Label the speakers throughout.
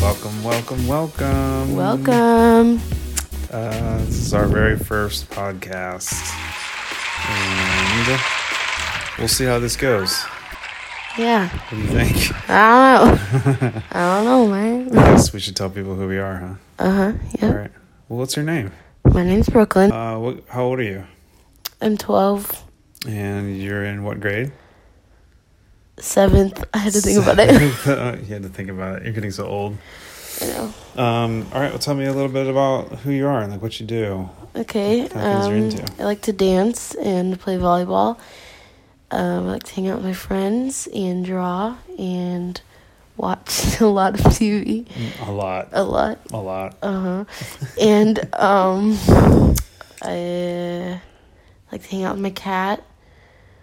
Speaker 1: Welcome, welcome, welcome.
Speaker 2: Welcome.
Speaker 1: Uh, this is our very first podcast. And we'll see how this goes.
Speaker 2: Yeah.
Speaker 1: What do you think?
Speaker 2: I don't know. I don't know,
Speaker 1: I
Speaker 2: man.
Speaker 1: guess we should tell people who we are, huh?
Speaker 2: Uh huh.
Speaker 1: All
Speaker 2: Yeah.
Speaker 1: right. Well, what's your name?
Speaker 2: My name's Brooklyn.
Speaker 1: Uh, what, how old are you?
Speaker 2: I'm 12,
Speaker 1: And you're in what grade?
Speaker 2: seventh. I had to think about it.
Speaker 1: you had to think about it. You're getting so old.
Speaker 2: You know.
Speaker 1: Um, all right. Well, tell me a little bit about who you are and like what you do.
Speaker 2: Okay.
Speaker 1: Kind of things you're
Speaker 2: Um,
Speaker 1: into.
Speaker 2: I like to dance and play volleyball. Um, I like to hang out with my friends and draw and watch a lot of TV.
Speaker 1: A lot.
Speaker 2: A lot.
Speaker 1: A lot.
Speaker 2: Uh huh. and um, I like to hang out with my cat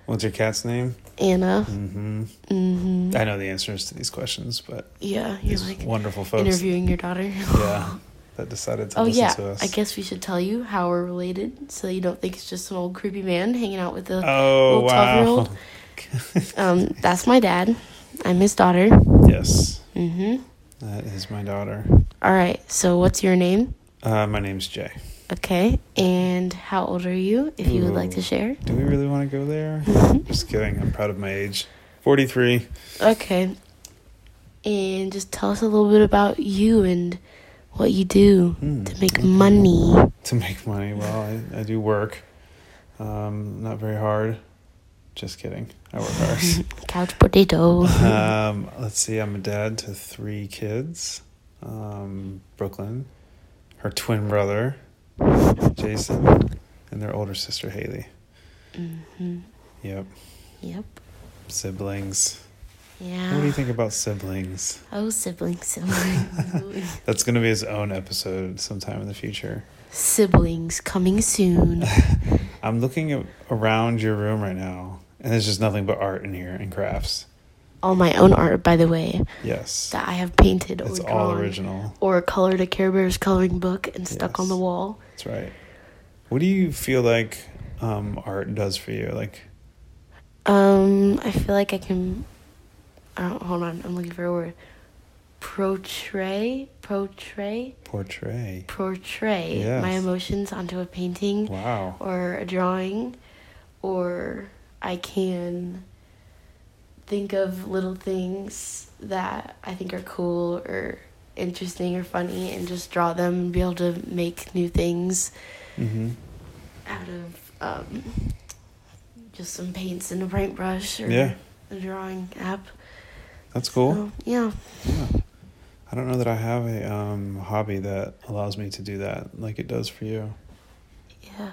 Speaker 1: What's your cat's name?
Speaker 2: Anna.
Speaker 1: Mm-hmm.
Speaker 2: Mm-hmm.
Speaker 1: I know the answers to these questions, but
Speaker 2: Yeah, you're
Speaker 1: these
Speaker 2: like
Speaker 1: wonderful folks.
Speaker 2: interviewing your daughter.
Speaker 1: Yeah, that decided to
Speaker 2: Oh
Speaker 1: listen
Speaker 2: yeah,
Speaker 1: to us.
Speaker 2: I guess we should tell you how we're related, so you don't think it's just some old creepy man hanging out with the.
Speaker 1: Oh
Speaker 2: Little
Speaker 1: wow.
Speaker 2: 12-year-old. Um, that's my dad. I'm his daughter.
Speaker 1: yes,
Speaker 2: Mm-hmm.
Speaker 1: that is my daughter.
Speaker 2: All right. So what's your name?
Speaker 1: Uh, my name's Jay.
Speaker 2: Okay, and how old are you? If you would like
Speaker 1: Ooh.
Speaker 2: to share.
Speaker 1: Do we really want to go there?
Speaker 2: Mhm.
Speaker 1: Just kidding. I'm proud of my age. Forty-three.
Speaker 2: Okay. And just tell us a little bit about you and what you do
Speaker 1: Hmm.
Speaker 2: to make money.
Speaker 1: to make money. Well, I, I do work. Um, not very hard. Just kidding. I work hard.
Speaker 2: Couch potato.
Speaker 1: um, let's see. I'm a dad to three kids. Um, Brooklyn, her twin brother, Jason, and their older sister Haley.
Speaker 2: hmm
Speaker 1: Yep,
Speaker 2: Yep.
Speaker 1: siblings.
Speaker 2: Yeah.
Speaker 1: What do you think about siblings?
Speaker 2: Oh, siblings, siblings.
Speaker 1: That's going to be his own episode sometime in the future.
Speaker 2: siblings coming soon.
Speaker 1: I'm looking at, around your room right now, and there's just nothing but art in here and crafts.
Speaker 2: All my own art, by the way,
Speaker 1: Yes,
Speaker 2: that I have painted
Speaker 1: it's
Speaker 2: or
Speaker 1: all
Speaker 2: drawn.
Speaker 1: original.
Speaker 2: Or colored a Care Bears coloring book and stuck on
Speaker 1: Yes.
Speaker 2: the wall.
Speaker 1: That's right. What do you feel like um, art does for you? Like,
Speaker 2: Um, I feel like I can. I don't, hold on, I'm looking for a word. Portray, portray,
Speaker 1: portray.
Speaker 2: portray my
Speaker 1: Yes.
Speaker 2: emotions onto a painting
Speaker 1: Wow.
Speaker 2: or a drawing, or I can think of little things that I think are cool or interesting or funny and just draw them and be able to make new things
Speaker 1: hmm
Speaker 2: Mm-hmm. out of um, just some paints and a paintbrush or
Speaker 1: Yeah.
Speaker 2: a drawing app.
Speaker 1: That's cool.
Speaker 2: So, yeah.
Speaker 1: Yeah. I don't know that I have a um, hobby that allows me to do that like it does for you.
Speaker 2: Yeah.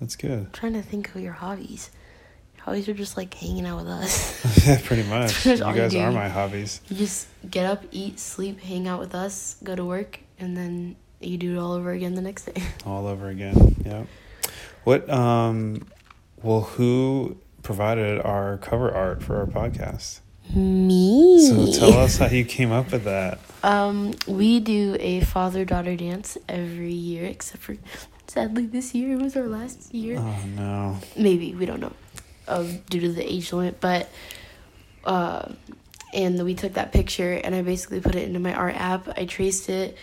Speaker 1: That's good.
Speaker 2: I'm trying to think of your hobbies. Your hobbies are just like hanging out with us.
Speaker 1: Yeah, Pretty much.
Speaker 2: That's
Speaker 1: You
Speaker 2: all you
Speaker 1: guys
Speaker 2: do.
Speaker 1: are my hobbies.
Speaker 2: you just get up, eat, sleep, hang out with us, go to work, and then you do it all over again the next day.
Speaker 1: all over again. Yeah. What? Um. Well, who provided our cover art for our podcast?
Speaker 2: Me.
Speaker 1: So tell us how you came up with that.
Speaker 2: Um, we do a father daughter dance every year, except for sadly this year was our last year.
Speaker 1: Oh no.
Speaker 2: maybe we don't know um, due to the age limit but uh, and we took that picture and i basically put it into my art app i traced it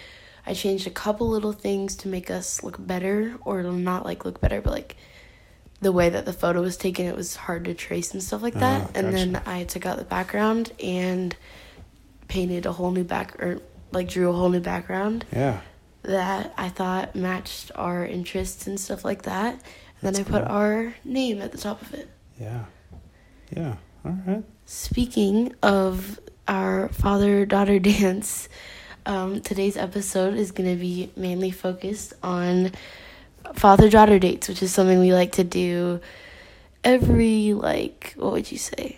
Speaker 2: i changed a couple little things to make us look better or not like look better but like the way that the photo was taken it was hard to trace and stuff like that
Speaker 1: Ah,
Speaker 2: and then i took out the background and painted a whole new back or like drew a whole new background
Speaker 1: Yeah.
Speaker 2: that I thought matched our interests and stuff like that. And
Speaker 1: That's
Speaker 2: then I put
Speaker 1: cool.
Speaker 2: our name at the top of it.
Speaker 1: Yeah. Yeah. All right.
Speaker 2: Speaking of our father daughter dance, um, today's episode is going to be mainly focused on father daughter dates, which is something we like to do every, like, what would you say?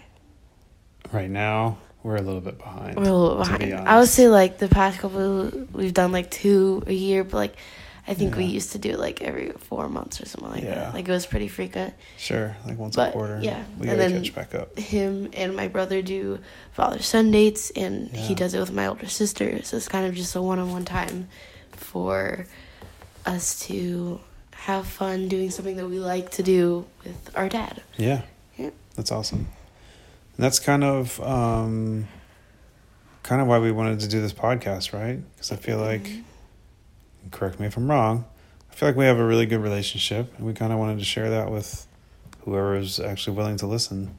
Speaker 1: Right now we're a little bit behind.
Speaker 2: We're a little
Speaker 1: to be
Speaker 2: behind. I would
Speaker 1: honest.
Speaker 2: say, like, the past couple, we've done like two a year, but like, I think we
Speaker 1: Yeah.
Speaker 2: used to do it like every four months or something like
Speaker 1: Yeah.
Speaker 2: that. Like, it was pretty frequent.
Speaker 1: Sure, like once a
Speaker 2: But,
Speaker 1: quarter.
Speaker 2: yeah,
Speaker 1: We gotta
Speaker 2: and then-
Speaker 1: catch back up.
Speaker 2: him and my brother do father son dates and he
Speaker 1: Yeah.
Speaker 2: does it with my older sister so it's kind of just a one-on-one time for us to have fun doing something that we like to do with our dad
Speaker 1: Yeah.
Speaker 2: Yeah.
Speaker 1: That's awesome. And that's kind of um kind of why we wanted to do this podcast, right? Because I feel like,
Speaker 2: Mm-hmm.
Speaker 1: and correct me if I'm wrong, I feel like we have a really good relationship, and we kind of wanted to share that with whoever is actually willing to listen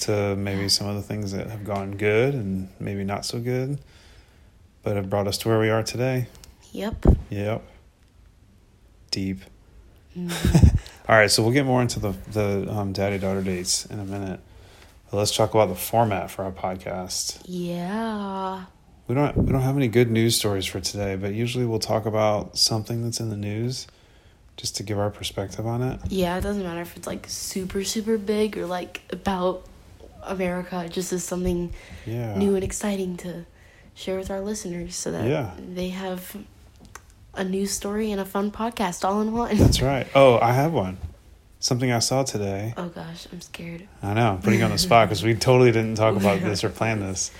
Speaker 1: to maybe some of the things that have gone good and maybe not so good, but have brought us to where we are today.
Speaker 2: Yep.
Speaker 1: Yep. Deep.
Speaker 2: Mhm.
Speaker 1: All right, so we'll get more into the the um, daddy daughter dates in a minute. But let's talk about the format for our podcast.
Speaker 2: yeah.
Speaker 1: We don't we don't have any good news stories for today, but usually we'll talk about something that's in the news, just to give our perspective on it.
Speaker 2: Yeah, it doesn't matter if it's like super, super big or like about America. It just is something
Speaker 1: Yeah.
Speaker 2: new and exciting to share with our listeners so that
Speaker 1: Yeah.
Speaker 2: they have a news story and a fun podcast all in one.
Speaker 1: That's right. Oh, I have one. Something I saw today.
Speaker 2: Oh gosh, I'm scared.
Speaker 1: I know, I'm putting you on the spot because we totally didn't talk about this or plan this.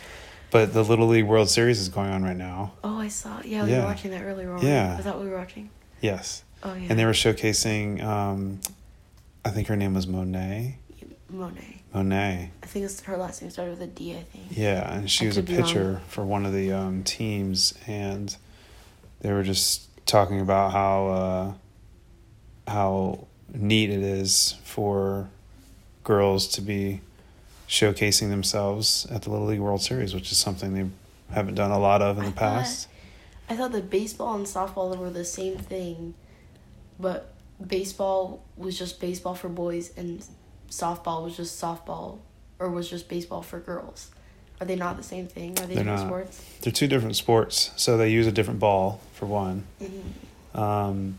Speaker 1: But the Little League World Series is going on right now.
Speaker 2: Oh, I saw. Yeah, we
Speaker 1: Yeah.
Speaker 2: were watching that earlier. weren't
Speaker 1: Yeah.
Speaker 2: We? Is that what we were watching?
Speaker 1: Yes.
Speaker 2: Oh, yeah.
Speaker 1: And they were showcasing um I think her name was Monet.
Speaker 2: Monet.
Speaker 1: Monet.
Speaker 2: I think it's her last name started with a D, I think.
Speaker 1: Yeah, and she
Speaker 2: I
Speaker 1: was a
Speaker 2: could be wrong.
Speaker 1: pitcher for one of the um, teams, and they were just talking about how uh, how neat it is for girls to be showcasing themselves at the Little League World Series, which is something they haven't done a lot of in
Speaker 2: I
Speaker 1: the
Speaker 2: thought-
Speaker 1: past.
Speaker 2: I thought that baseball and softball were the same thing, but baseball was just baseball for boys and softball was just softball or was just baseball for girls. Are they not the same thing? Are they
Speaker 1: They're
Speaker 2: different
Speaker 1: not.
Speaker 2: sports?
Speaker 1: They're two different sports, so they use a different ball for one.
Speaker 2: Mhm.
Speaker 1: Um,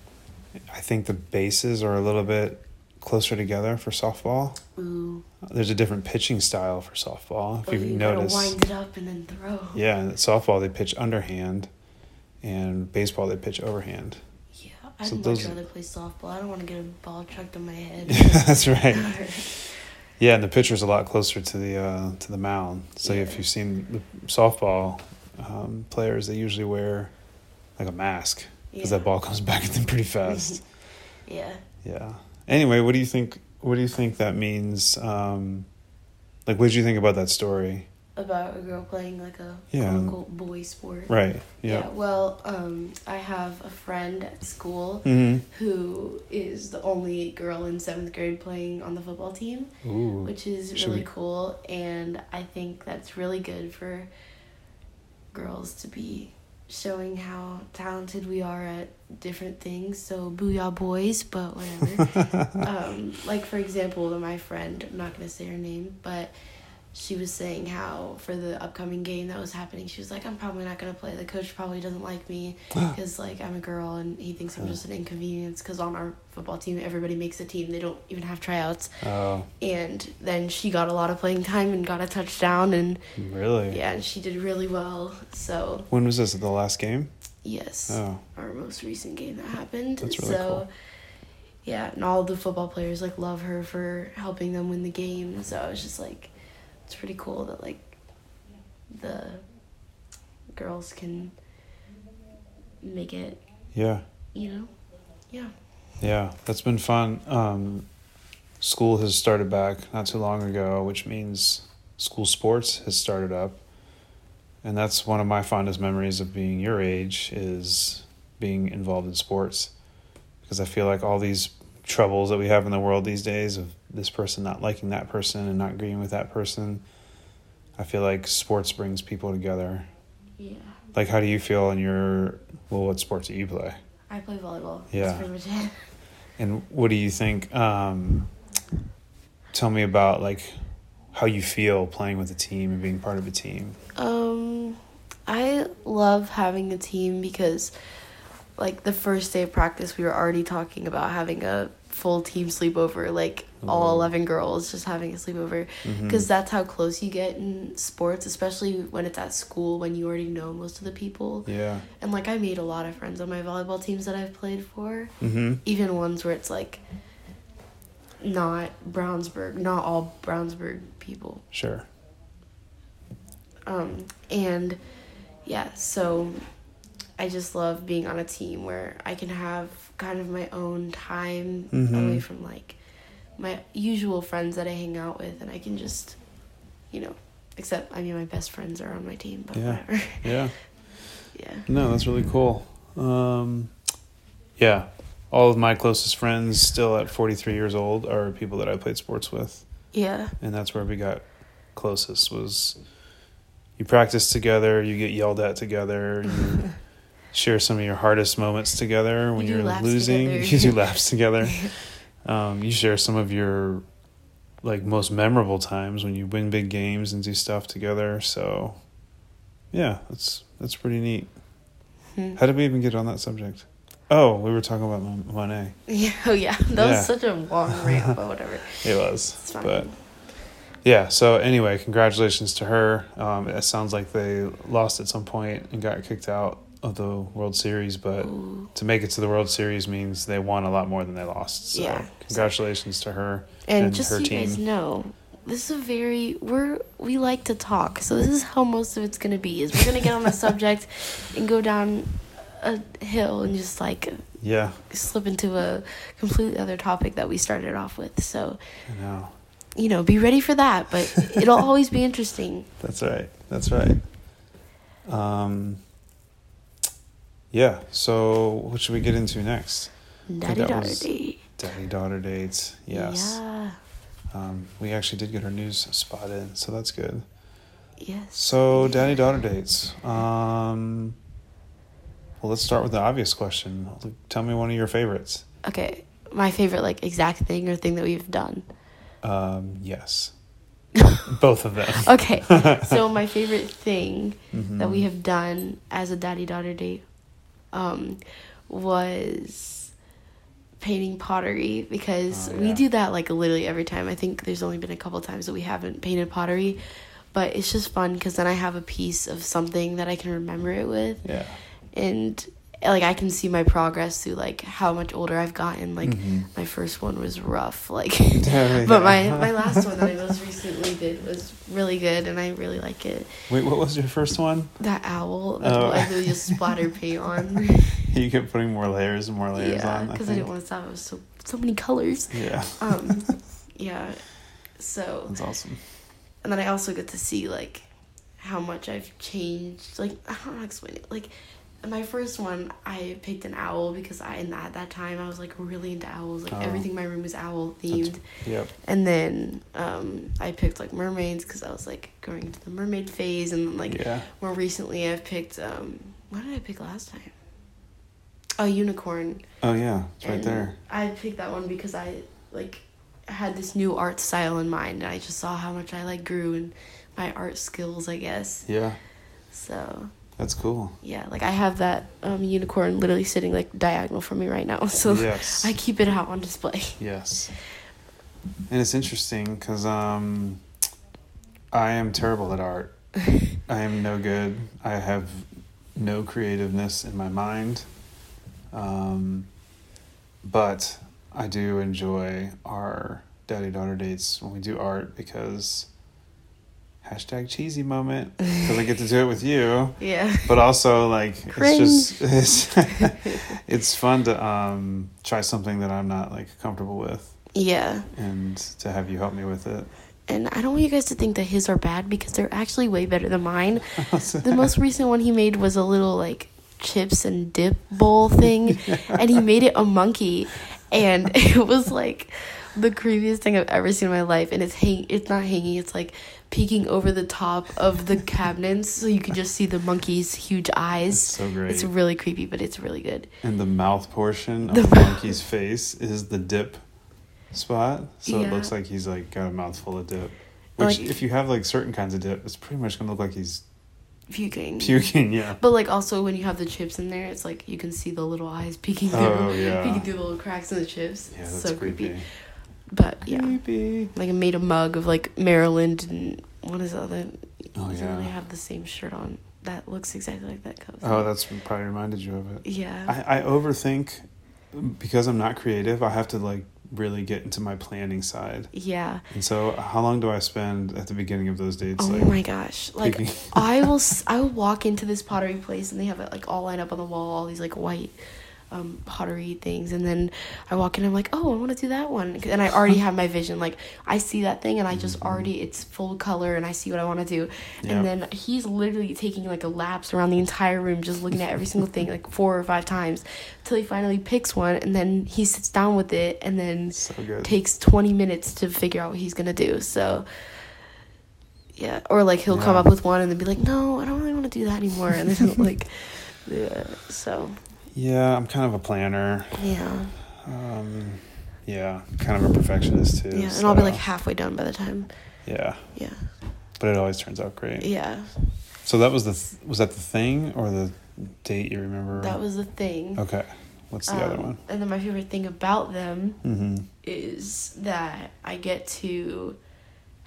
Speaker 1: I think the bases are a little bit closer together for softball.
Speaker 2: Ooh.
Speaker 1: There's a different pitching style for softball. If
Speaker 2: Oh,
Speaker 1: you've
Speaker 2: you
Speaker 1: noticed,
Speaker 2: gotta wind it up and then throw.
Speaker 1: yeah, in softball they pitch underhand, and baseball they pitch overhand.
Speaker 2: Yeah, I'd
Speaker 1: So
Speaker 2: much
Speaker 1: those-
Speaker 2: rather play softball. I don't want to get a ball chucked in my head.
Speaker 1: That's right. Yeah, and the pitcher's a lot closer to the uh, to the mound. So if
Speaker 2: Yeah.
Speaker 1: you've seen the softball um, players, they usually wear like a mask because
Speaker 2: yeah.
Speaker 1: that ball comes back at them pretty fast.
Speaker 2: Yeah.
Speaker 1: yeah. Anyway, what do you think? What do you think that means? Um, like, what did you think about that story?
Speaker 2: About a girl playing like a
Speaker 1: Yeah.
Speaker 2: quote unquote boy sport.
Speaker 1: Right.
Speaker 2: Yeah,
Speaker 1: Yeah.
Speaker 2: well, um, I have a friend at school
Speaker 1: Mm-hmm.
Speaker 2: who is the only girl in seventh grade playing on the football team,
Speaker 1: Ooh.
Speaker 2: which is
Speaker 1: Should
Speaker 2: really
Speaker 1: we-
Speaker 2: cool. And I think that's really good for girls to be showing how talented we are at different things. So, booyah, boys, but whatever. um, like for example, my friend, I'm not gonna say her name, but she was saying how for the upcoming game that was happening, she was like, "I'm probably not gonna play. The coach probably doesn't like me because like I'm a girl and he thinks I'm just an inconvenience. Because on our football team, everybody makes a team. They don't even have tryouts.
Speaker 1: Oh,
Speaker 2: And then she got a lot of playing time and got a touchdown and
Speaker 1: really?
Speaker 2: yeah, and she did really well. So
Speaker 1: When was this? The last game?
Speaker 2: yes,
Speaker 1: Oh,
Speaker 2: our most recent game that happened.
Speaker 1: That's really
Speaker 2: so,
Speaker 1: cool.
Speaker 2: yeah, and all the football players like love her for helping them win the game. So I was just like, it's pretty cool that like the girls can make it.
Speaker 1: yeah.
Speaker 2: You know, yeah.
Speaker 1: Yeah, that's been fun. Um, school has started back not too long ago, which means school sports has started up. And that's one of my fondest memories of being your age is being involved in sports. Because I feel like all these troubles that we have in the world these days of this person not liking that person and not agreeing with that person, I feel like sports brings people together.
Speaker 2: Yeah,
Speaker 1: Like, how do you feel in your, well, what sports do you play?
Speaker 2: I play volleyball.
Speaker 1: Yeah.
Speaker 2: That's pretty much it.
Speaker 1: And what do you think? Um, tell me about like how you feel playing with a team and being part of a team.
Speaker 2: Um, I love having a team because, like, the first day of practice, we were already talking about having a full team sleepover, like, all
Speaker 1: Ooh.
Speaker 2: 11 girls just having a sleepover. Because that's how close you get in sports, especially when it's at school when you already know most of the people.
Speaker 1: Yeah.
Speaker 2: And, like, I made a lot of friends on my volleyball teams that I've played for,
Speaker 1: Mm-hmm.
Speaker 2: even ones where it's like, not Brownsburg, not all Brownsburg people,
Speaker 1: Sure.
Speaker 2: um, and yeah, so I just love being on a team where I can have kind of my own time
Speaker 1: Mhm.
Speaker 2: away from like my usual friends that I hang out with, and I can just, you know, Except, I mean, my best friends are on my team, but
Speaker 1: Yeah.
Speaker 2: whatever.
Speaker 1: Yeah.
Speaker 2: yeah.
Speaker 1: No, that's really cool. Um, yeah. All of my closest friends, still at 43 years old, are people that I played sports with.
Speaker 2: Yeah.
Speaker 1: and that's where we got closest was you practice together you get yelled at together you share some of your hardest moments together when
Speaker 2: You do
Speaker 1: you're
Speaker 2: laps
Speaker 1: losing
Speaker 2: together.
Speaker 1: you do laps together um, you share some of your like most memorable times when you win big games and do stuff together so yeah that's that's pretty neat
Speaker 2: Hmm.
Speaker 1: how did we even get on that subject oh we were talking about Mon- monet
Speaker 2: Yeah. Oh, yeah. That
Speaker 1: Yeah.
Speaker 2: was such a long rant, but whatever.
Speaker 1: it was
Speaker 2: It's fine.
Speaker 1: But- Yeah. So anyway, congratulations to her. Um, it sounds like they lost at some point and got kicked out of the World Series, but
Speaker 2: Ooh.
Speaker 1: to make it to the World Series means they won a lot more than they lost. So
Speaker 2: Yeah.
Speaker 1: congratulations to her.
Speaker 2: and,
Speaker 1: and
Speaker 2: just
Speaker 1: her
Speaker 2: so you guys
Speaker 1: team.
Speaker 2: know, this is a very we're we like to talk, so this is how most of it's gonna be. Is we're gonna get on the subject and go down a hill and just like
Speaker 1: Yeah.
Speaker 2: slip into a completely other topic that we started off with. So
Speaker 1: I know.
Speaker 2: you know, be ready for that, but it'll always be interesting.
Speaker 1: That's right. That's right. Um. Yeah. So what should we get into next?
Speaker 2: Daddy
Speaker 1: that
Speaker 2: daughter
Speaker 1: was-
Speaker 2: date.
Speaker 1: Daddy daughter dates. Yes.
Speaker 2: Yeah.
Speaker 1: Um, we actually did get our news spot in, so that's good.
Speaker 2: Yes.
Speaker 1: So, daddy daughter dates. Um, well, let's start with the obvious question. Tell me one of your favorites.
Speaker 2: Okay. My favorite like exact thing or thing that we've done.
Speaker 1: Um, yes, both of them.
Speaker 2: Okay. so my favorite thing
Speaker 1: Mhm.
Speaker 2: that we have done as a daddy daughter date um, was painting pottery because
Speaker 1: Oh,
Speaker 2: we
Speaker 1: yeah.
Speaker 2: do that like literally every time. I think there's only been a couple times that we haven't painted pottery, but it's just fun because then I have a piece of something that I can remember it with
Speaker 1: Yeah.
Speaker 2: and like I can see my progress through like how much older I've gotten. Like
Speaker 1: Mhm.
Speaker 2: my first one was rough, like,
Speaker 1: Yeah,
Speaker 2: but my
Speaker 1: yeah.
Speaker 2: my last one that I most recently did was really good, and I really like it.
Speaker 1: Wait, what was your first one?
Speaker 2: That owl that
Speaker 1: Oh.
Speaker 2: I really just splatter paint on.
Speaker 1: You kept putting more layers and more layers
Speaker 2: yeah,
Speaker 1: Oh, on.
Speaker 2: because I, didn't want to stop. It was so so many colors.
Speaker 1: to. Yeah,
Speaker 2: Um, yeah. So
Speaker 1: that's awesome.
Speaker 2: and then I also get to see like how much I've changed. Like I don't know how to explain it. Like my first one, I picked an owl because I and at that time I was like really into owls. Like
Speaker 1: Oh.
Speaker 2: everything in my room was owl
Speaker 1: That's-
Speaker 2: themed.
Speaker 1: Yep.
Speaker 2: And then um, I picked like mermaids because I was like going into the mermaid phase. And then, like
Speaker 1: yeah.
Speaker 2: more recently, I've picked um, what did I pick last time? A unicorn.
Speaker 1: Oh yeah, it's right
Speaker 2: And
Speaker 1: there.
Speaker 2: I picked that one because I like had this new art style in mind, and I just saw how much I like grew in my art skills, I guess.
Speaker 1: Yeah,
Speaker 2: So
Speaker 1: that's cool.
Speaker 2: yeah, like I have that um, unicorn literally sitting like diagonal from me right now, so
Speaker 1: yes.
Speaker 2: I keep it out on display.
Speaker 1: Yes. And it's interesting because um, I am terrible at art. I am no good. I have no creativeness in my mind. Um, but I do enjoy our daddy daughter dates when we do art because hashtag cheesy moment because I get to do it with you
Speaker 2: Yeah.
Speaker 1: but also like it's
Speaker 2: Cringe.
Speaker 1: just it's, it's fun to um try something that i'm not like comfortable with
Speaker 2: Yeah.
Speaker 1: and to have you help me with it
Speaker 2: And I don't want you guys to think that his are bad because they're actually way better than mine. the most recent one he made was a little like chips and dip bowl thing, and he made it a monkey, and it was like the creepiest thing I've ever seen in my life. And it's hang, it's not hanging, it's like peeking over the top of the cabinets, so you can just see the monkey's huge
Speaker 1: it's
Speaker 2: eyes.
Speaker 1: so great
Speaker 2: It's really creepy, but it's really good.
Speaker 1: and the mouth portion of
Speaker 2: The
Speaker 1: the monkey's face is the dip spot so
Speaker 2: Yeah.
Speaker 1: it looks like he's like got a mouthful of dip which
Speaker 2: Like-
Speaker 1: if you have like certain kinds of dip it's pretty much gonna look like he's
Speaker 2: Puking.
Speaker 1: puking yeah
Speaker 2: But like also when you have the chips in there, it's like you can see the little eyes peeking through,
Speaker 1: Oh, yeah.
Speaker 2: peeking through the little cracks in the chips.
Speaker 1: yeah
Speaker 2: it's
Speaker 1: that's
Speaker 2: so creepy.
Speaker 1: creepy
Speaker 2: But yeah,
Speaker 1: creepy
Speaker 2: like I made a mug of like Maryland and what is the other?
Speaker 1: oh
Speaker 2: doesn't really
Speaker 1: yeah
Speaker 2: have the same shirt on that looks exactly like that cover.
Speaker 1: oh that's probably reminded you of it
Speaker 2: yeah.
Speaker 1: I, I overthink because I'm not creative. I have to like really get into my planning side.
Speaker 2: yeah.
Speaker 1: And so, how long do I spend at the beginning of those dates?
Speaker 2: oh
Speaker 1: like,
Speaker 2: my gosh. Like
Speaker 1: picking-
Speaker 2: I will s- I will walk into this pottery place and they have it like all lined up on the wall, all these like white um, pottery things, and then I walk in, I'm like, oh, I want to do that one, and I already have my vision. Like I see that thing, and I just already it's full color, and I see what I want to do.
Speaker 1: Yeah.
Speaker 2: And then he's literally taking like a lapse around the entire room, just looking at every single thing like four or five times, till he finally picks one, and then he sits down with it, and then
Speaker 1: So good.
Speaker 2: takes 20 minutes to figure out what he's gonna do so yeah or like he'll come
Speaker 1: Yeah.
Speaker 2: up with one and then be like no i don't really want to do that anymore and then like yeah so
Speaker 1: yeah, I'm kind of a planner.
Speaker 2: yeah
Speaker 1: Um, yeah, kind of a perfectionist too.
Speaker 2: yeah and i'll be
Speaker 1: so,
Speaker 2: like halfway done by the time
Speaker 1: yeah,
Speaker 2: yeah
Speaker 1: but it always turns out great.
Speaker 2: yeah
Speaker 1: So that was the th- was that the thing or the date you remember?
Speaker 2: that was the thing
Speaker 1: okay. What's Oh, the other
Speaker 2: Um,
Speaker 1: one?
Speaker 2: and then my favorite thing about them
Speaker 1: Mm-hmm.
Speaker 2: is that i get to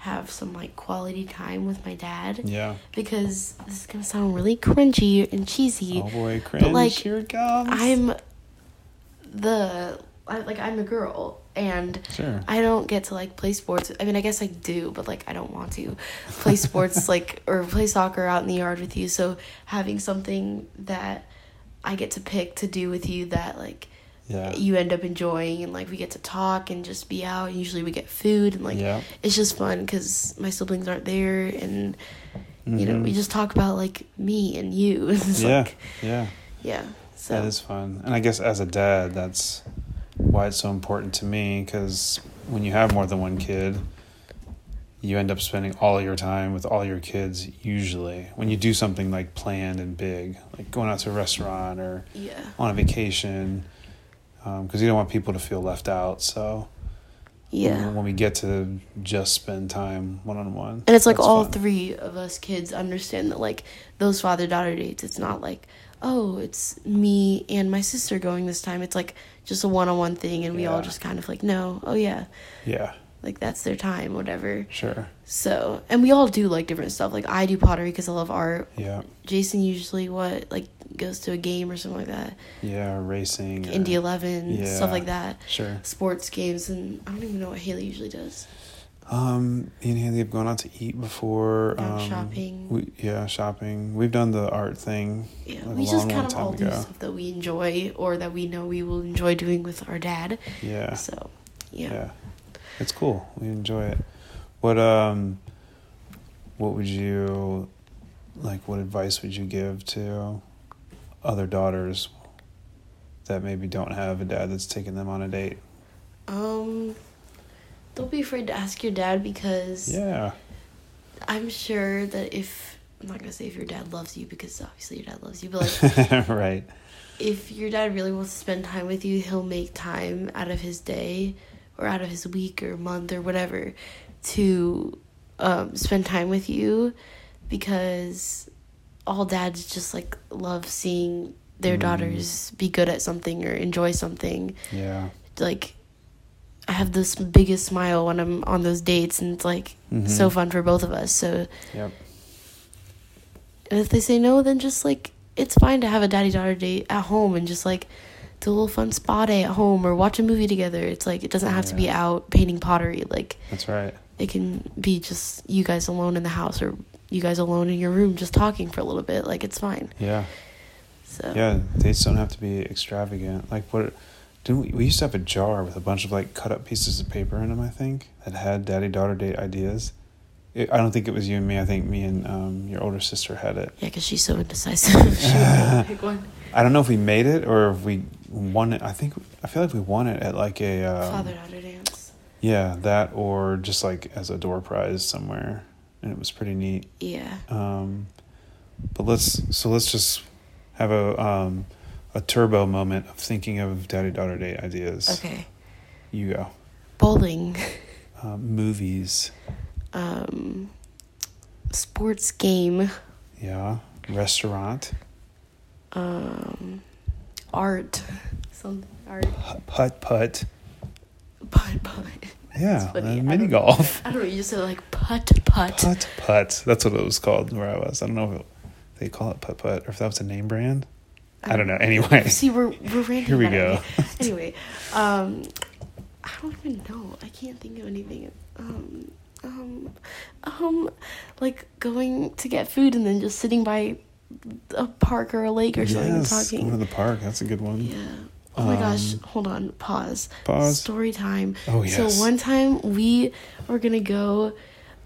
Speaker 2: have some like quality time with my dad
Speaker 1: Yeah.
Speaker 2: because this is gonna sound really cringy and cheesy
Speaker 1: Oh boy, cringe!
Speaker 2: like,
Speaker 1: Here it comes.
Speaker 2: I'm the I, like I'm a girl and
Speaker 1: sure.
Speaker 2: I don't get to like play sports. I mean, I guess I do, but like I don't want to play sports like or play soccer out in the yard with you. So having something that I get to pick to do with you that like
Speaker 1: yeah.
Speaker 2: you end up enjoying and like we get to talk and just be out. Usually we get food and like
Speaker 1: yeah.
Speaker 2: it's just fun because my siblings aren't there and you know
Speaker 1: Mhm.
Speaker 2: we just talk about like me and you. It's
Speaker 1: yeah.
Speaker 2: like,
Speaker 1: yeah.
Speaker 2: yeah. So
Speaker 1: That is fun. And I guess as a dad, that's why it's so important to me because when you have more than one kid, you end up spending all your time with all your kids usually. When you do something like planned and big, like going out to a restaurant or
Speaker 2: yeah.
Speaker 1: on a vacation, because you don't want people to feel left out. So
Speaker 2: Yeah.
Speaker 1: when we get to just spend time one on one,
Speaker 2: And it's like all three of us kids understand that like those father daughter dates, it's not like, oh, it's me and my sister going this time. It's like just a one on one thing and we all
Speaker 1: Yeah.
Speaker 2: just kind of like, no, oh yeah.
Speaker 1: Yeah,
Speaker 2: Like that's their time, whatever.
Speaker 1: sure.
Speaker 2: So and we all do like different stuff. Like I do pottery because I love art.
Speaker 1: Yeah,
Speaker 2: Jason usually what like goes to a game or something like that.
Speaker 1: yeah, racing. or-
Speaker 2: Indy eleven, stuff
Speaker 1: Yeah.
Speaker 2: like that.
Speaker 1: Sure.
Speaker 2: Sports games and I don't even know what Haley usually does.
Speaker 1: Um, me and Haley have gone out to eat before.
Speaker 2: Yeah,
Speaker 1: um,
Speaker 2: shopping.
Speaker 1: We, yeah, shopping. We've done the art thing.
Speaker 2: Yeah,
Speaker 1: like,
Speaker 2: we
Speaker 1: a long,
Speaker 2: just kind
Speaker 1: long
Speaker 2: of
Speaker 1: time
Speaker 2: all do
Speaker 1: ago.
Speaker 2: stuff that we enjoy or that we know we will enjoy doing with our dad.
Speaker 1: Yeah,
Speaker 2: So,
Speaker 1: yeah.
Speaker 2: yeah.
Speaker 1: It's cool. We enjoy it. What um, what would you, like? What advice would you give to other daughters that maybe don't have a dad that's taking them on a date?
Speaker 2: Um, don't be afraid to ask your dad because
Speaker 1: Yeah,
Speaker 2: I'm sure that if I'm not gonna say if your dad loves you because obviously your dad loves you, but like
Speaker 1: right.
Speaker 2: if your dad really wants to spend time with you, he'll make time out of his day or out of his week or month or whatever to um, spend time with you because all dads just like love seeing their
Speaker 1: Mm.
Speaker 2: daughters be good at something or enjoy something.
Speaker 1: Yeah.
Speaker 2: Like, I have this biggest smile when I'm on those dates, and it's like
Speaker 1: Mhm.
Speaker 2: so fun for both of us. So,
Speaker 1: Yep.
Speaker 2: and if they say no, then just like it's fine to have a daddy daughter date at home and just like do a little fun spa day at home or watch a movie together. It's like it doesn't have to be
Speaker 1: Yeah.
Speaker 2: out painting pottery. Like
Speaker 1: That's right.
Speaker 2: it can be just you guys alone in the house or you guys alone in your room just talking for a little bit. Like it's fine.
Speaker 1: Yeah.
Speaker 2: So
Speaker 1: Yeah, dates don't have to be extravagant. Like what? Didn't we, we used to have a jar with a bunch of like cut up pieces of paper in them? I think that had daddy daughter date ideas. It, I don't think it was you and me. I think me and um, your older sister had it.
Speaker 2: Yeah, because she's so indecisive. she would pick one.
Speaker 1: I don't know if we made it or if we won it. I think I feel like we won it at like a um,
Speaker 2: Father daughter dance.
Speaker 1: yeah that or just like as a door prize somewhere, and it was pretty neat.
Speaker 2: Yeah.
Speaker 1: Um, but let's so let's just have a um, a turbo moment of thinking of daddy daughter date ideas.
Speaker 2: Okay.
Speaker 1: You go.
Speaker 2: Bowling.
Speaker 1: Um, movies.
Speaker 2: Um sports game.
Speaker 1: Yeah. Restaurant.
Speaker 2: Um art. Something art.
Speaker 1: Putt putt.
Speaker 2: Putt putt.
Speaker 1: Yeah.
Speaker 2: That's funny.
Speaker 1: and
Speaker 2: I
Speaker 1: mini
Speaker 2: don't-
Speaker 1: golf.
Speaker 2: I don't know. You just said like putt putt.
Speaker 1: Putt putt. That's what it was called where I was. I don't know if it, they call it putt putt or if that was a name brand. I don't know. Anyway.
Speaker 2: See, we're we're random.
Speaker 1: Here we go.
Speaker 2: about it. Anyway, um, I don't even know. I can't think of anything. Um, um, um, like going to get food and then just sitting by a park or a lake or something and
Speaker 1: Yes. Going to
Speaker 2: talking.
Speaker 1: the park. That's a good one.
Speaker 2: Yeah, Oh my gosh,
Speaker 1: Um,
Speaker 2: hold on, pause.
Speaker 1: Pause.
Speaker 2: Story time.
Speaker 1: Oh, yes.
Speaker 2: So one time we were gonna go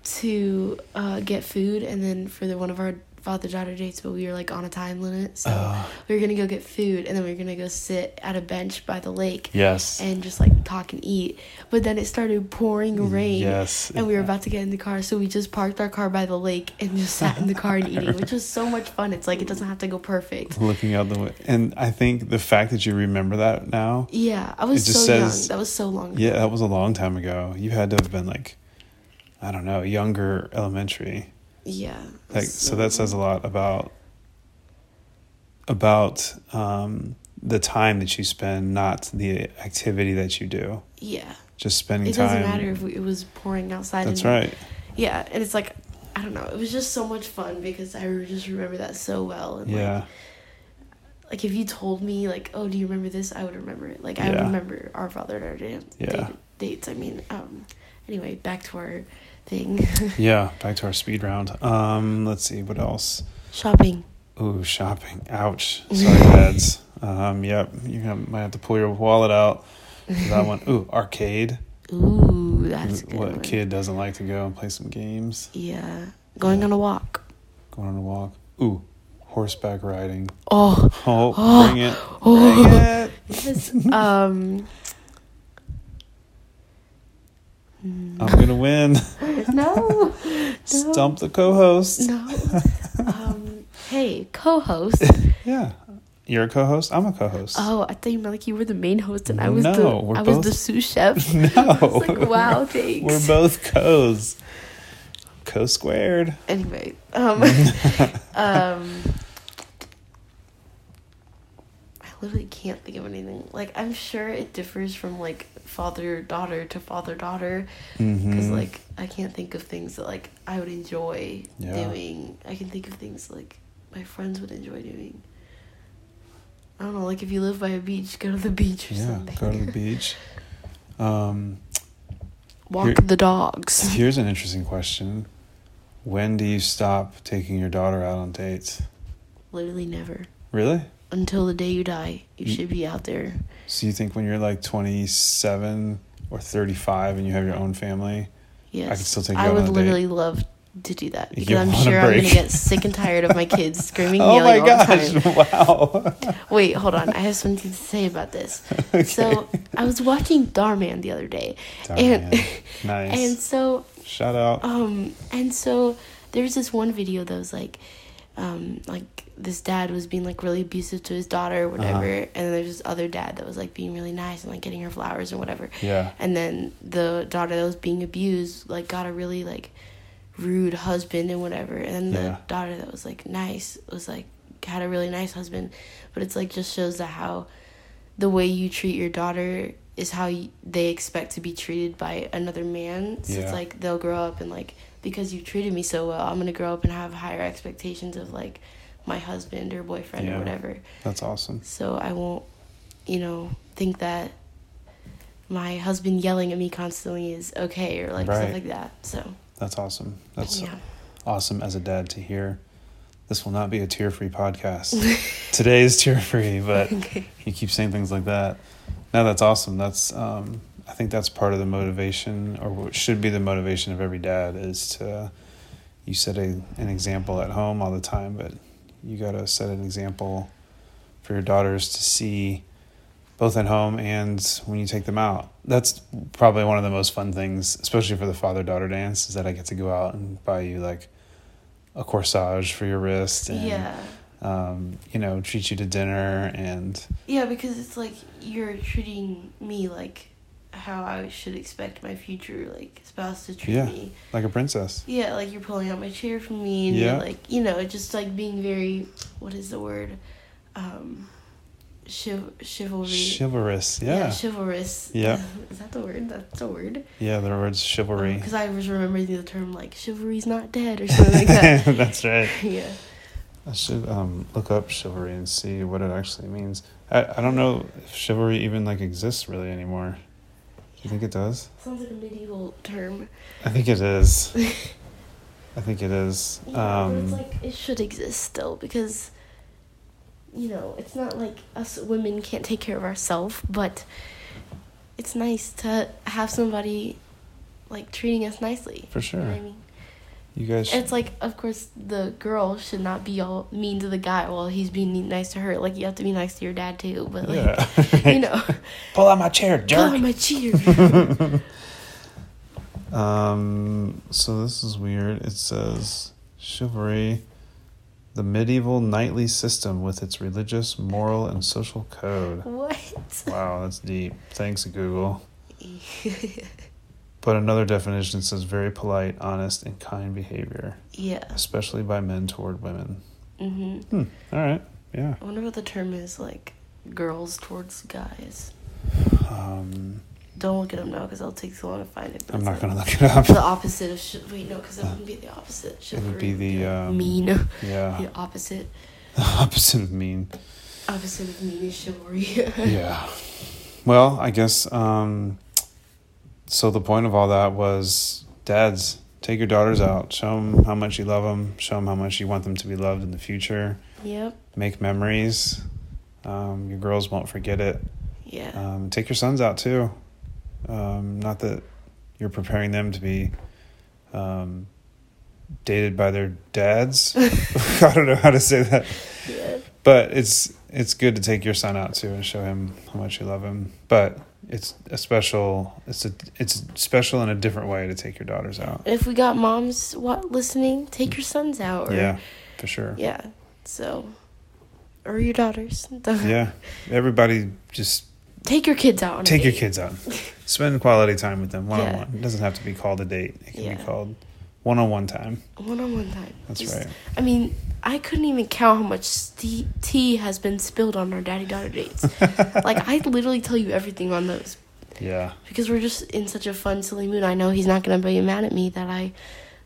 Speaker 2: to uh, get food, and then for the one of our father daughter dates, but we were like on a time limit, so
Speaker 1: Oh.
Speaker 2: we were gonna go get food, and then we were gonna go sit at a bench by the lake
Speaker 1: Yes.
Speaker 2: and just like talk and eat. But then it started pouring rain.
Speaker 1: Yes.
Speaker 2: And we were about to get in the car, so we just parked our car by the lake and just sat in the car and eating, which was so much fun. It's like it doesn't have to go perfect.
Speaker 1: looking out the window. And I think the fact that you remember that now,
Speaker 2: Yeah, I was
Speaker 1: It
Speaker 2: so
Speaker 1: just says-
Speaker 2: young. That was so long ago.
Speaker 1: yeah, that was a long time ago. You had to have been like, I don't know, younger elementary.
Speaker 2: Yeah.
Speaker 1: Like, so that says a lot about about um, the time that you spend, not the activity that you do.
Speaker 2: Yeah.
Speaker 1: Just spending
Speaker 2: It
Speaker 1: time.
Speaker 2: doesn't matter if we, it was pouring outside.
Speaker 1: That's
Speaker 2: and,
Speaker 1: right.
Speaker 2: Yeah, and it's like, I don't know. It was just so much fun because I re- just remember that so well. And Like,
Speaker 1: Yeah.
Speaker 2: like if you told me like, oh, do you remember this? I would remember it. Like I would
Speaker 1: Yeah.
Speaker 2: remember our father daughter date,
Speaker 1: Yeah.
Speaker 2: dates. I mean, um, anyway, back to our thing,
Speaker 1: Yeah. Back to our speed round. Um, let's see what else.
Speaker 2: shopping.
Speaker 1: Ooh, shopping. Ouch. Sorry, dads. Um, yep, you have- might have to pull your wallet out for that one. Ooh, arcade.
Speaker 2: Ooh, that's a good.
Speaker 1: what
Speaker 2: one.
Speaker 1: kid doesn't like to go and play some games,
Speaker 2: Yeah, going
Speaker 1: Yeah.
Speaker 2: on a walk.
Speaker 1: going on a walk. Ooh, horseback riding.
Speaker 2: Oh,
Speaker 1: Oh,
Speaker 2: Oh.
Speaker 1: bring it.
Speaker 2: Oh.
Speaker 1: Bring it.
Speaker 2: yes. um. mm,
Speaker 1: I'm going to win.
Speaker 2: no,
Speaker 1: Stump the co host.
Speaker 2: no. Um, hey, co-host.
Speaker 1: Yeah. You're a co host. I'm a co host.
Speaker 2: Oh, I thought you meant like you were the main host and I was
Speaker 1: No,
Speaker 2: the
Speaker 1: we're
Speaker 2: I was the
Speaker 1: both-
Speaker 2: sous chef.
Speaker 1: No.
Speaker 2: I was like, wow, thanks.
Speaker 1: We're both co's. Co squared.
Speaker 2: Anyway, um, um, I literally can't think of anything. Like, I'm sure it differs from like father daughter to father daughter because
Speaker 1: Mhm.
Speaker 2: like I can't think of things that like I would enjoy
Speaker 1: Yeah.
Speaker 2: doing. I can think of things like my friends would enjoy doing. I don't know, like if you live by a beach, go to the beach or
Speaker 1: yeah,
Speaker 2: something.
Speaker 1: go to the beach. Um,
Speaker 2: Walk
Speaker 1: Here-
Speaker 2: the dogs.
Speaker 1: here's an interesting question: When do you stop taking your daughter out on dates?
Speaker 2: Literally never.
Speaker 1: Really?
Speaker 2: Until the day you die, you
Speaker 1: Mm.
Speaker 2: should be out there.
Speaker 1: So you think when you're like 27 or 35 and you have your own family?
Speaker 2: Yes.
Speaker 1: could still take you
Speaker 2: I
Speaker 1: out
Speaker 2: would
Speaker 1: on a date.
Speaker 2: literally love to do that
Speaker 1: You
Speaker 2: because
Speaker 1: give
Speaker 2: I'm
Speaker 1: them a
Speaker 2: sure I'm gonna
Speaker 1: break.
Speaker 2: get sick and tired of my kids screaming and
Speaker 1: oh my
Speaker 2: yelling all
Speaker 1: gosh!
Speaker 2: the time.
Speaker 1: Wow.
Speaker 2: Wait, hold on. I have something to say about this. So I was watching Darman the other day,
Speaker 1: Darn,
Speaker 2: and
Speaker 1: man. nice.
Speaker 2: and so
Speaker 1: Shout out.
Speaker 2: um and so there was this one video that was like um like this dad was being like really abusive to his daughter or whatever
Speaker 1: Uh-huh.
Speaker 2: and then there's this other dad that was like being really nice and like getting her flowers and whatever
Speaker 1: Yeah.
Speaker 2: and then the daughter that was being abused like got a really like rude husband and whatever and then the
Speaker 1: Yeah.
Speaker 2: daughter that was like nice was like had a really nice husband but it's like just shows that how the way you treat your daughter is how you, they expect to be treated by another man so
Speaker 1: Yeah.
Speaker 2: it's like they'll grow up and like because you treated me so well i'm gonna grow up and have higher expectations of like my husband or boyfriend
Speaker 1: Yeah.
Speaker 2: or whatever
Speaker 1: That's awesome.
Speaker 2: so I won't, you know, think that my husband yelling at me constantly is okay or like
Speaker 1: Right.
Speaker 2: stuff like that. So
Speaker 1: That's awesome. That's
Speaker 2: yeah,
Speaker 1: awesome as a dad to hear. This will not be a tear free podcast. Today is tear free, but
Speaker 2: Okay.
Speaker 1: you keep saying things like that. No, that's awesome. That's um, I think that's part of the motivation, or what should be the motivation of every dad, is to you set a, an example at home all the time, but you got to set an example for your daughters to see both at home and when you take them out. That's probably one of the most fun things, especially for the father daughter dance, is that I get to go out and buy you like a corsage for your wrist and
Speaker 2: yeah,
Speaker 1: um, you know, treat you to dinner and
Speaker 2: yeah, because it's like you're treating me like how I should expect my future like spouse to treat
Speaker 1: Yeah.
Speaker 2: me.
Speaker 1: like a princess.
Speaker 2: Yeah, like you're pulling out my chair for me, and
Speaker 1: Yeah.
Speaker 2: you're like you know, just like being very what is the word, um, chiv- chivalry.
Speaker 1: Chivalrous, yeah.
Speaker 2: yeah,
Speaker 1: yeah.
Speaker 2: chivalrous.
Speaker 1: Yeah.
Speaker 2: is that the word? That's the word.
Speaker 1: the word's chivalry.
Speaker 2: Because I was remembering the term like chivalry's not dead or something like that.
Speaker 1: That's right.
Speaker 2: yeah.
Speaker 1: I should um, look up chivalry and see what it actually means. I, I don't know if chivalry even like exists really anymore. You think it does?
Speaker 2: Sounds like a medieval term.
Speaker 1: I think it is. I think it is.
Speaker 2: Yeah, but it's
Speaker 1: Um,
Speaker 2: like it should exist still because you know, it's not like us women can't take care of ourselves, but it's nice to have somebody like treating us nicely.
Speaker 1: For
Speaker 2: You know what I
Speaker 1: sure.
Speaker 2: mean?
Speaker 1: You guys.
Speaker 2: It's like, of course, the girl should not be all mean to the guy while he's being nice to her. Like, you have to be nice to your dad, too. But, like,
Speaker 1: yeah.
Speaker 2: you know,
Speaker 1: Pull out my chair,
Speaker 2: oh,
Speaker 1: jerk.
Speaker 2: my cheer.
Speaker 1: Um, so this is weird. It says chivalry, the medieval knightly system with its religious, moral, and social code.
Speaker 2: what?
Speaker 1: Wow, that's deep. Thanks, Google. But another definition says very polite, honest, and kind behavior,
Speaker 2: yeah.
Speaker 1: especially by men toward women.
Speaker 2: hmm
Speaker 1: Hmm. All right. Yeah.
Speaker 2: I wonder what the term is like girls towards guys.
Speaker 1: Um,
Speaker 2: Don't look it up now because it'll take so long to find it. but
Speaker 1: I'm
Speaker 2: it's
Speaker 1: not
Speaker 2: like
Speaker 1: gonna look it up.
Speaker 2: The opposite of. Sh- wait, no, because it wouldn't be the opposite.
Speaker 1: It would be
Speaker 2: Chivalry
Speaker 1: the um, uh,
Speaker 2: mean. the
Speaker 1: Yeah.
Speaker 2: opposite.
Speaker 1: The opposite of mean.
Speaker 2: Opposite of mean is chivalry.
Speaker 1: yeah. Well, I guess um so the point of all that was dads, take your daughters out. Show them how much you love them. Show them how much you want them to be loved in the future.
Speaker 2: yep.
Speaker 1: Make memories. Um, your girls won't forget it.
Speaker 2: Yeah.
Speaker 1: Um, take your sons out too. Um, not that you're preparing them to be um, dated by their dads. I don't know how to say that
Speaker 2: yeah.
Speaker 1: but it's it's good to take your son out too and show him how much you love him but it's a special it's a it's special in a different way to take your daughters out
Speaker 2: If we got moms wa- listening, take your sons out. Or,
Speaker 1: yeah for sure yeah.
Speaker 2: Yeah. So. Or your daughters.
Speaker 1: everybody just
Speaker 2: Take your kids out. On a
Speaker 1: take your
Speaker 2: date.
Speaker 1: kids out spend quality time with them
Speaker 2: Yeah.
Speaker 1: one-on-one it doesn't have to be called a date it can
Speaker 2: Yeah.
Speaker 1: be called one-on-one time
Speaker 2: One on one time.
Speaker 1: that's
Speaker 2: Just-
Speaker 1: right
Speaker 2: I mean, I couldn't even count how much tea, tea has been spilled on our daddy daughter dates. like, I literally tell you everything on those
Speaker 1: yeah
Speaker 2: because we're just in such a fun, silly mood. I know he's not going to be mad at me that I,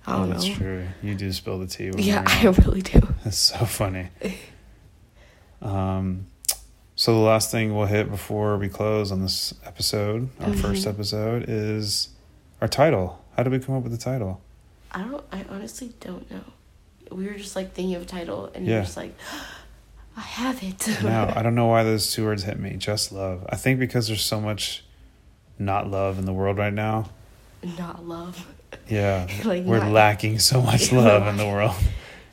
Speaker 2: I don't
Speaker 1: Oh, that's
Speaker 2: know.
Speaker 1: true you do spill the tea when
Speaker 2: Yeah,
Speaker 1: you're
Speaker 2: I
Speaker 1: out.
Speaker 2: really do.
Speaker 1: That's so funny. Um, so the last thing we'll hit before we close on this episode, our first
Speaker 2: Mhm.
Speaker 1: episode, is our title. How did we come up with the title?
Speaker 2: I don't, I honestly don't know. We were just like thinking of a title and
Speaker 1: Yeah.
Speaker 2: you're just like, I have it.
Speaker 1: Now I don't know why those two words hit me. Just love. I think because there's so much not love in the world right now.
Speaker 2: Not love.
Speaker 1: Yeah,
Speaker 2: Like,
Speaker 1: we're
Speaker 2: not-
Speaker 1: lacking so much
Speaker 2: Yeah.
Speaker 1: love in the world,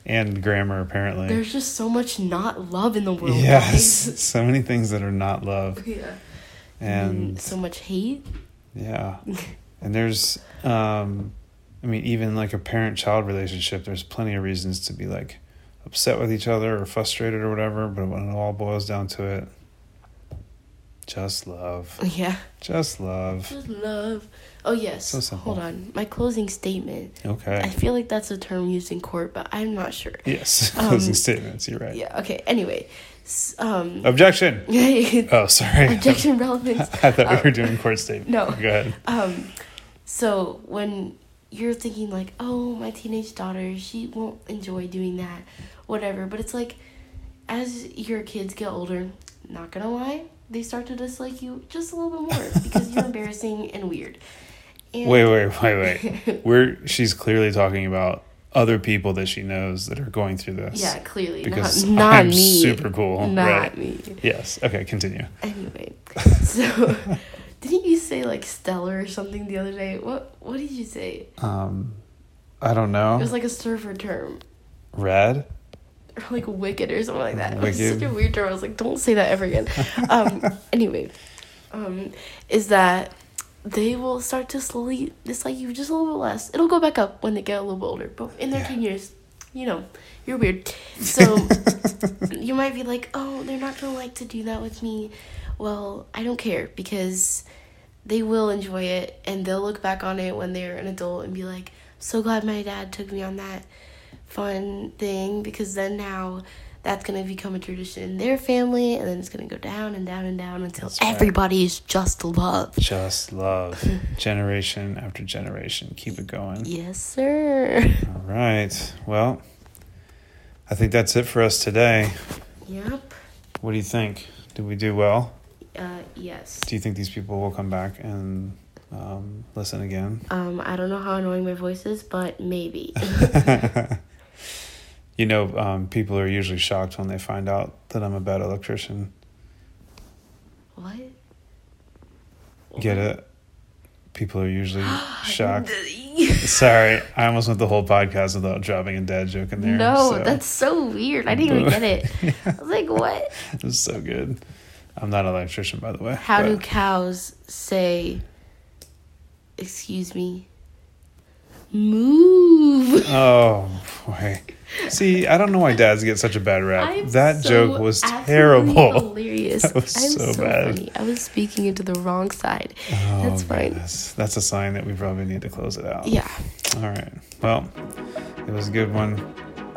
Speaker 1: and grammar apparently.
Speaker 2: There's just so much not love in the world.
Speaker 1: yes,
Speaker 2: guys. Oh,
Speaker 1: so many things that are not love,
Speaker 2: yeah.
Speaker 1: and
Speaker 2: so much hate.
Speaker 1: Yeah. and there's um I mean even like a parent child relationship, there's plenty of reasons to be like upset with each other or frustrated or whatever, but when it all boils down to it, just love.
Speaker 2: Yeah.
Speaker 1: Just love.
Speaker 2: Just love. Oh yes.
Speaker 1: So simple.
Speaker 2: Hold on. My closing statement. I
Speaker 1: Okay.
Speaker 2: feel like that's a term used in court, but I'm not sure.
Speaker 1: Yes.
Speaker 2: Um,
Speaker 1: Closing statements, you're right.
Speaker 2: Yeah. Okay. Anyway. S- um.
Speaker 1: Objection. Oh, sorry.
Speaker 2: objection relevance.
Speaker 1: I thought we
Speaker 2: Um,
Speaker 1: were doing court statement.
Speaker 2: no.
Speaker 1: Go ahead.
Speaker 2: Um. So when you're thinking like, oh, my teenage daughter, she won't enjoy doing that, whatever. But it's like, as your kids get older, not gonna lie, they start to dislike you just a little bit more because you're embarrassing and weird. And
Speaker 1: Wait, wait, wait, wait. We're she's clearly talking about other people that she knows that are going through this.
Speaker 2: Yeah, clearly
Speaker 1: Because
Speaker 2: not, not
Speaker 1: I'm
Speaker 2: me.
Speaker 1: super cool,
Speaker 2: Not
Speaker 1: right.
Speaker 2: me.
Speaker 1: Yes. Okay, continue.
Speaker 2: Anyway, so didn't you say like stellar or something the other day? What What did you say?
Speaker 1: Um, I don't
Speaker 2: It
Speaker 1: know.
Speaker 2: was like a surfer term,
Speaker 1: Red.
Speaker 2: or like wicked or something like that. It was
Speaker 1: Wicked.
Speaker 2: such a weird term. I was like, don't say that ever again. Um, anyway, um, is that they will start to slowly dislike you just a little bit less. It'll go back up when they get a little bit older, but in their
Speaker 1: Yeah.
Speaker 2: teen years, you know, you're weird. So. you might be like, oh, they're not gonna like to do that with me. Well, I don't care because they will enjoy it and they'll look back on it when they're an adult and be like, so glad my dad took me on that fun thing because then now that's gonna become a tradition in their family and then it's gonna go down and down and down until
Speaker 1: That's right.
Speaker 2: everybody is just love.
Speaker 1: Just love. generation after generation. Keep it going.
Speaker 2: Yes, sir.
Speaker 1: All right. Well, I think that's it for us today.
Speaker 2: Yep.
Speaker 1: What do you think? Did we do well?
Speaker 2: Uh, yes.
Speaker 1: Do you think these people will come back and um, listen again?
Speaker 2: Um, I don't know how annoying my voice is, but maybe.
Speaker 1: You know, um, people are usually shocked when they find out that I'm a bad electrician.
Speaker 2: What?
Speaker 1: Get it? People are usually shocked. Sorry, I almost went the whole podcast without dropping a dad joke in there.
Speaker 2: no,
Speaker 1: so-
Speaker 2: that's so weird. I didn't even get it. I was like, what?
Speaker 1: it was so good. I'm not an electrician, by the way.
Speaker 2: How do
Speaker 1: but
Speaker 2: cows say, excuse me, move?
Speaker 1: Oh boy. See, I don't know why dads get such a bad rap.
Speaker 2: I'm
Speaker 1: that
Speaker 2: so
Speaker 1: joke was
Speaker 2: absolutely
Speaker 1: terrible.
Speaker 2: Hilarious.
Speaker 1: That was
Speaker 2: I'm
Speaker 1: so bad.
Speaker 2: Funny. I was speaking into the wrong side.
Speaker 1: Oh,
Speaker 2: That's fine.
Speaker 1: goodness. That's a sign that we probably need to close it out.
Speaker 2: Yeah.
Speaker 1: All right. Well, it was a good one.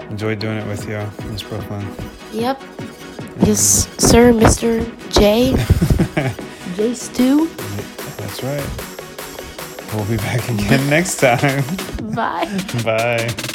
Speaker 1: Enjoyed doing it with you, Miss Brooklyn.
Speaker 2: Yep. Yes, sir, Mr. J. J Stu.
Speaker 1: That's right. We'll be back again next time.
Speaker 2: Bye.
Speaker 1: Bye.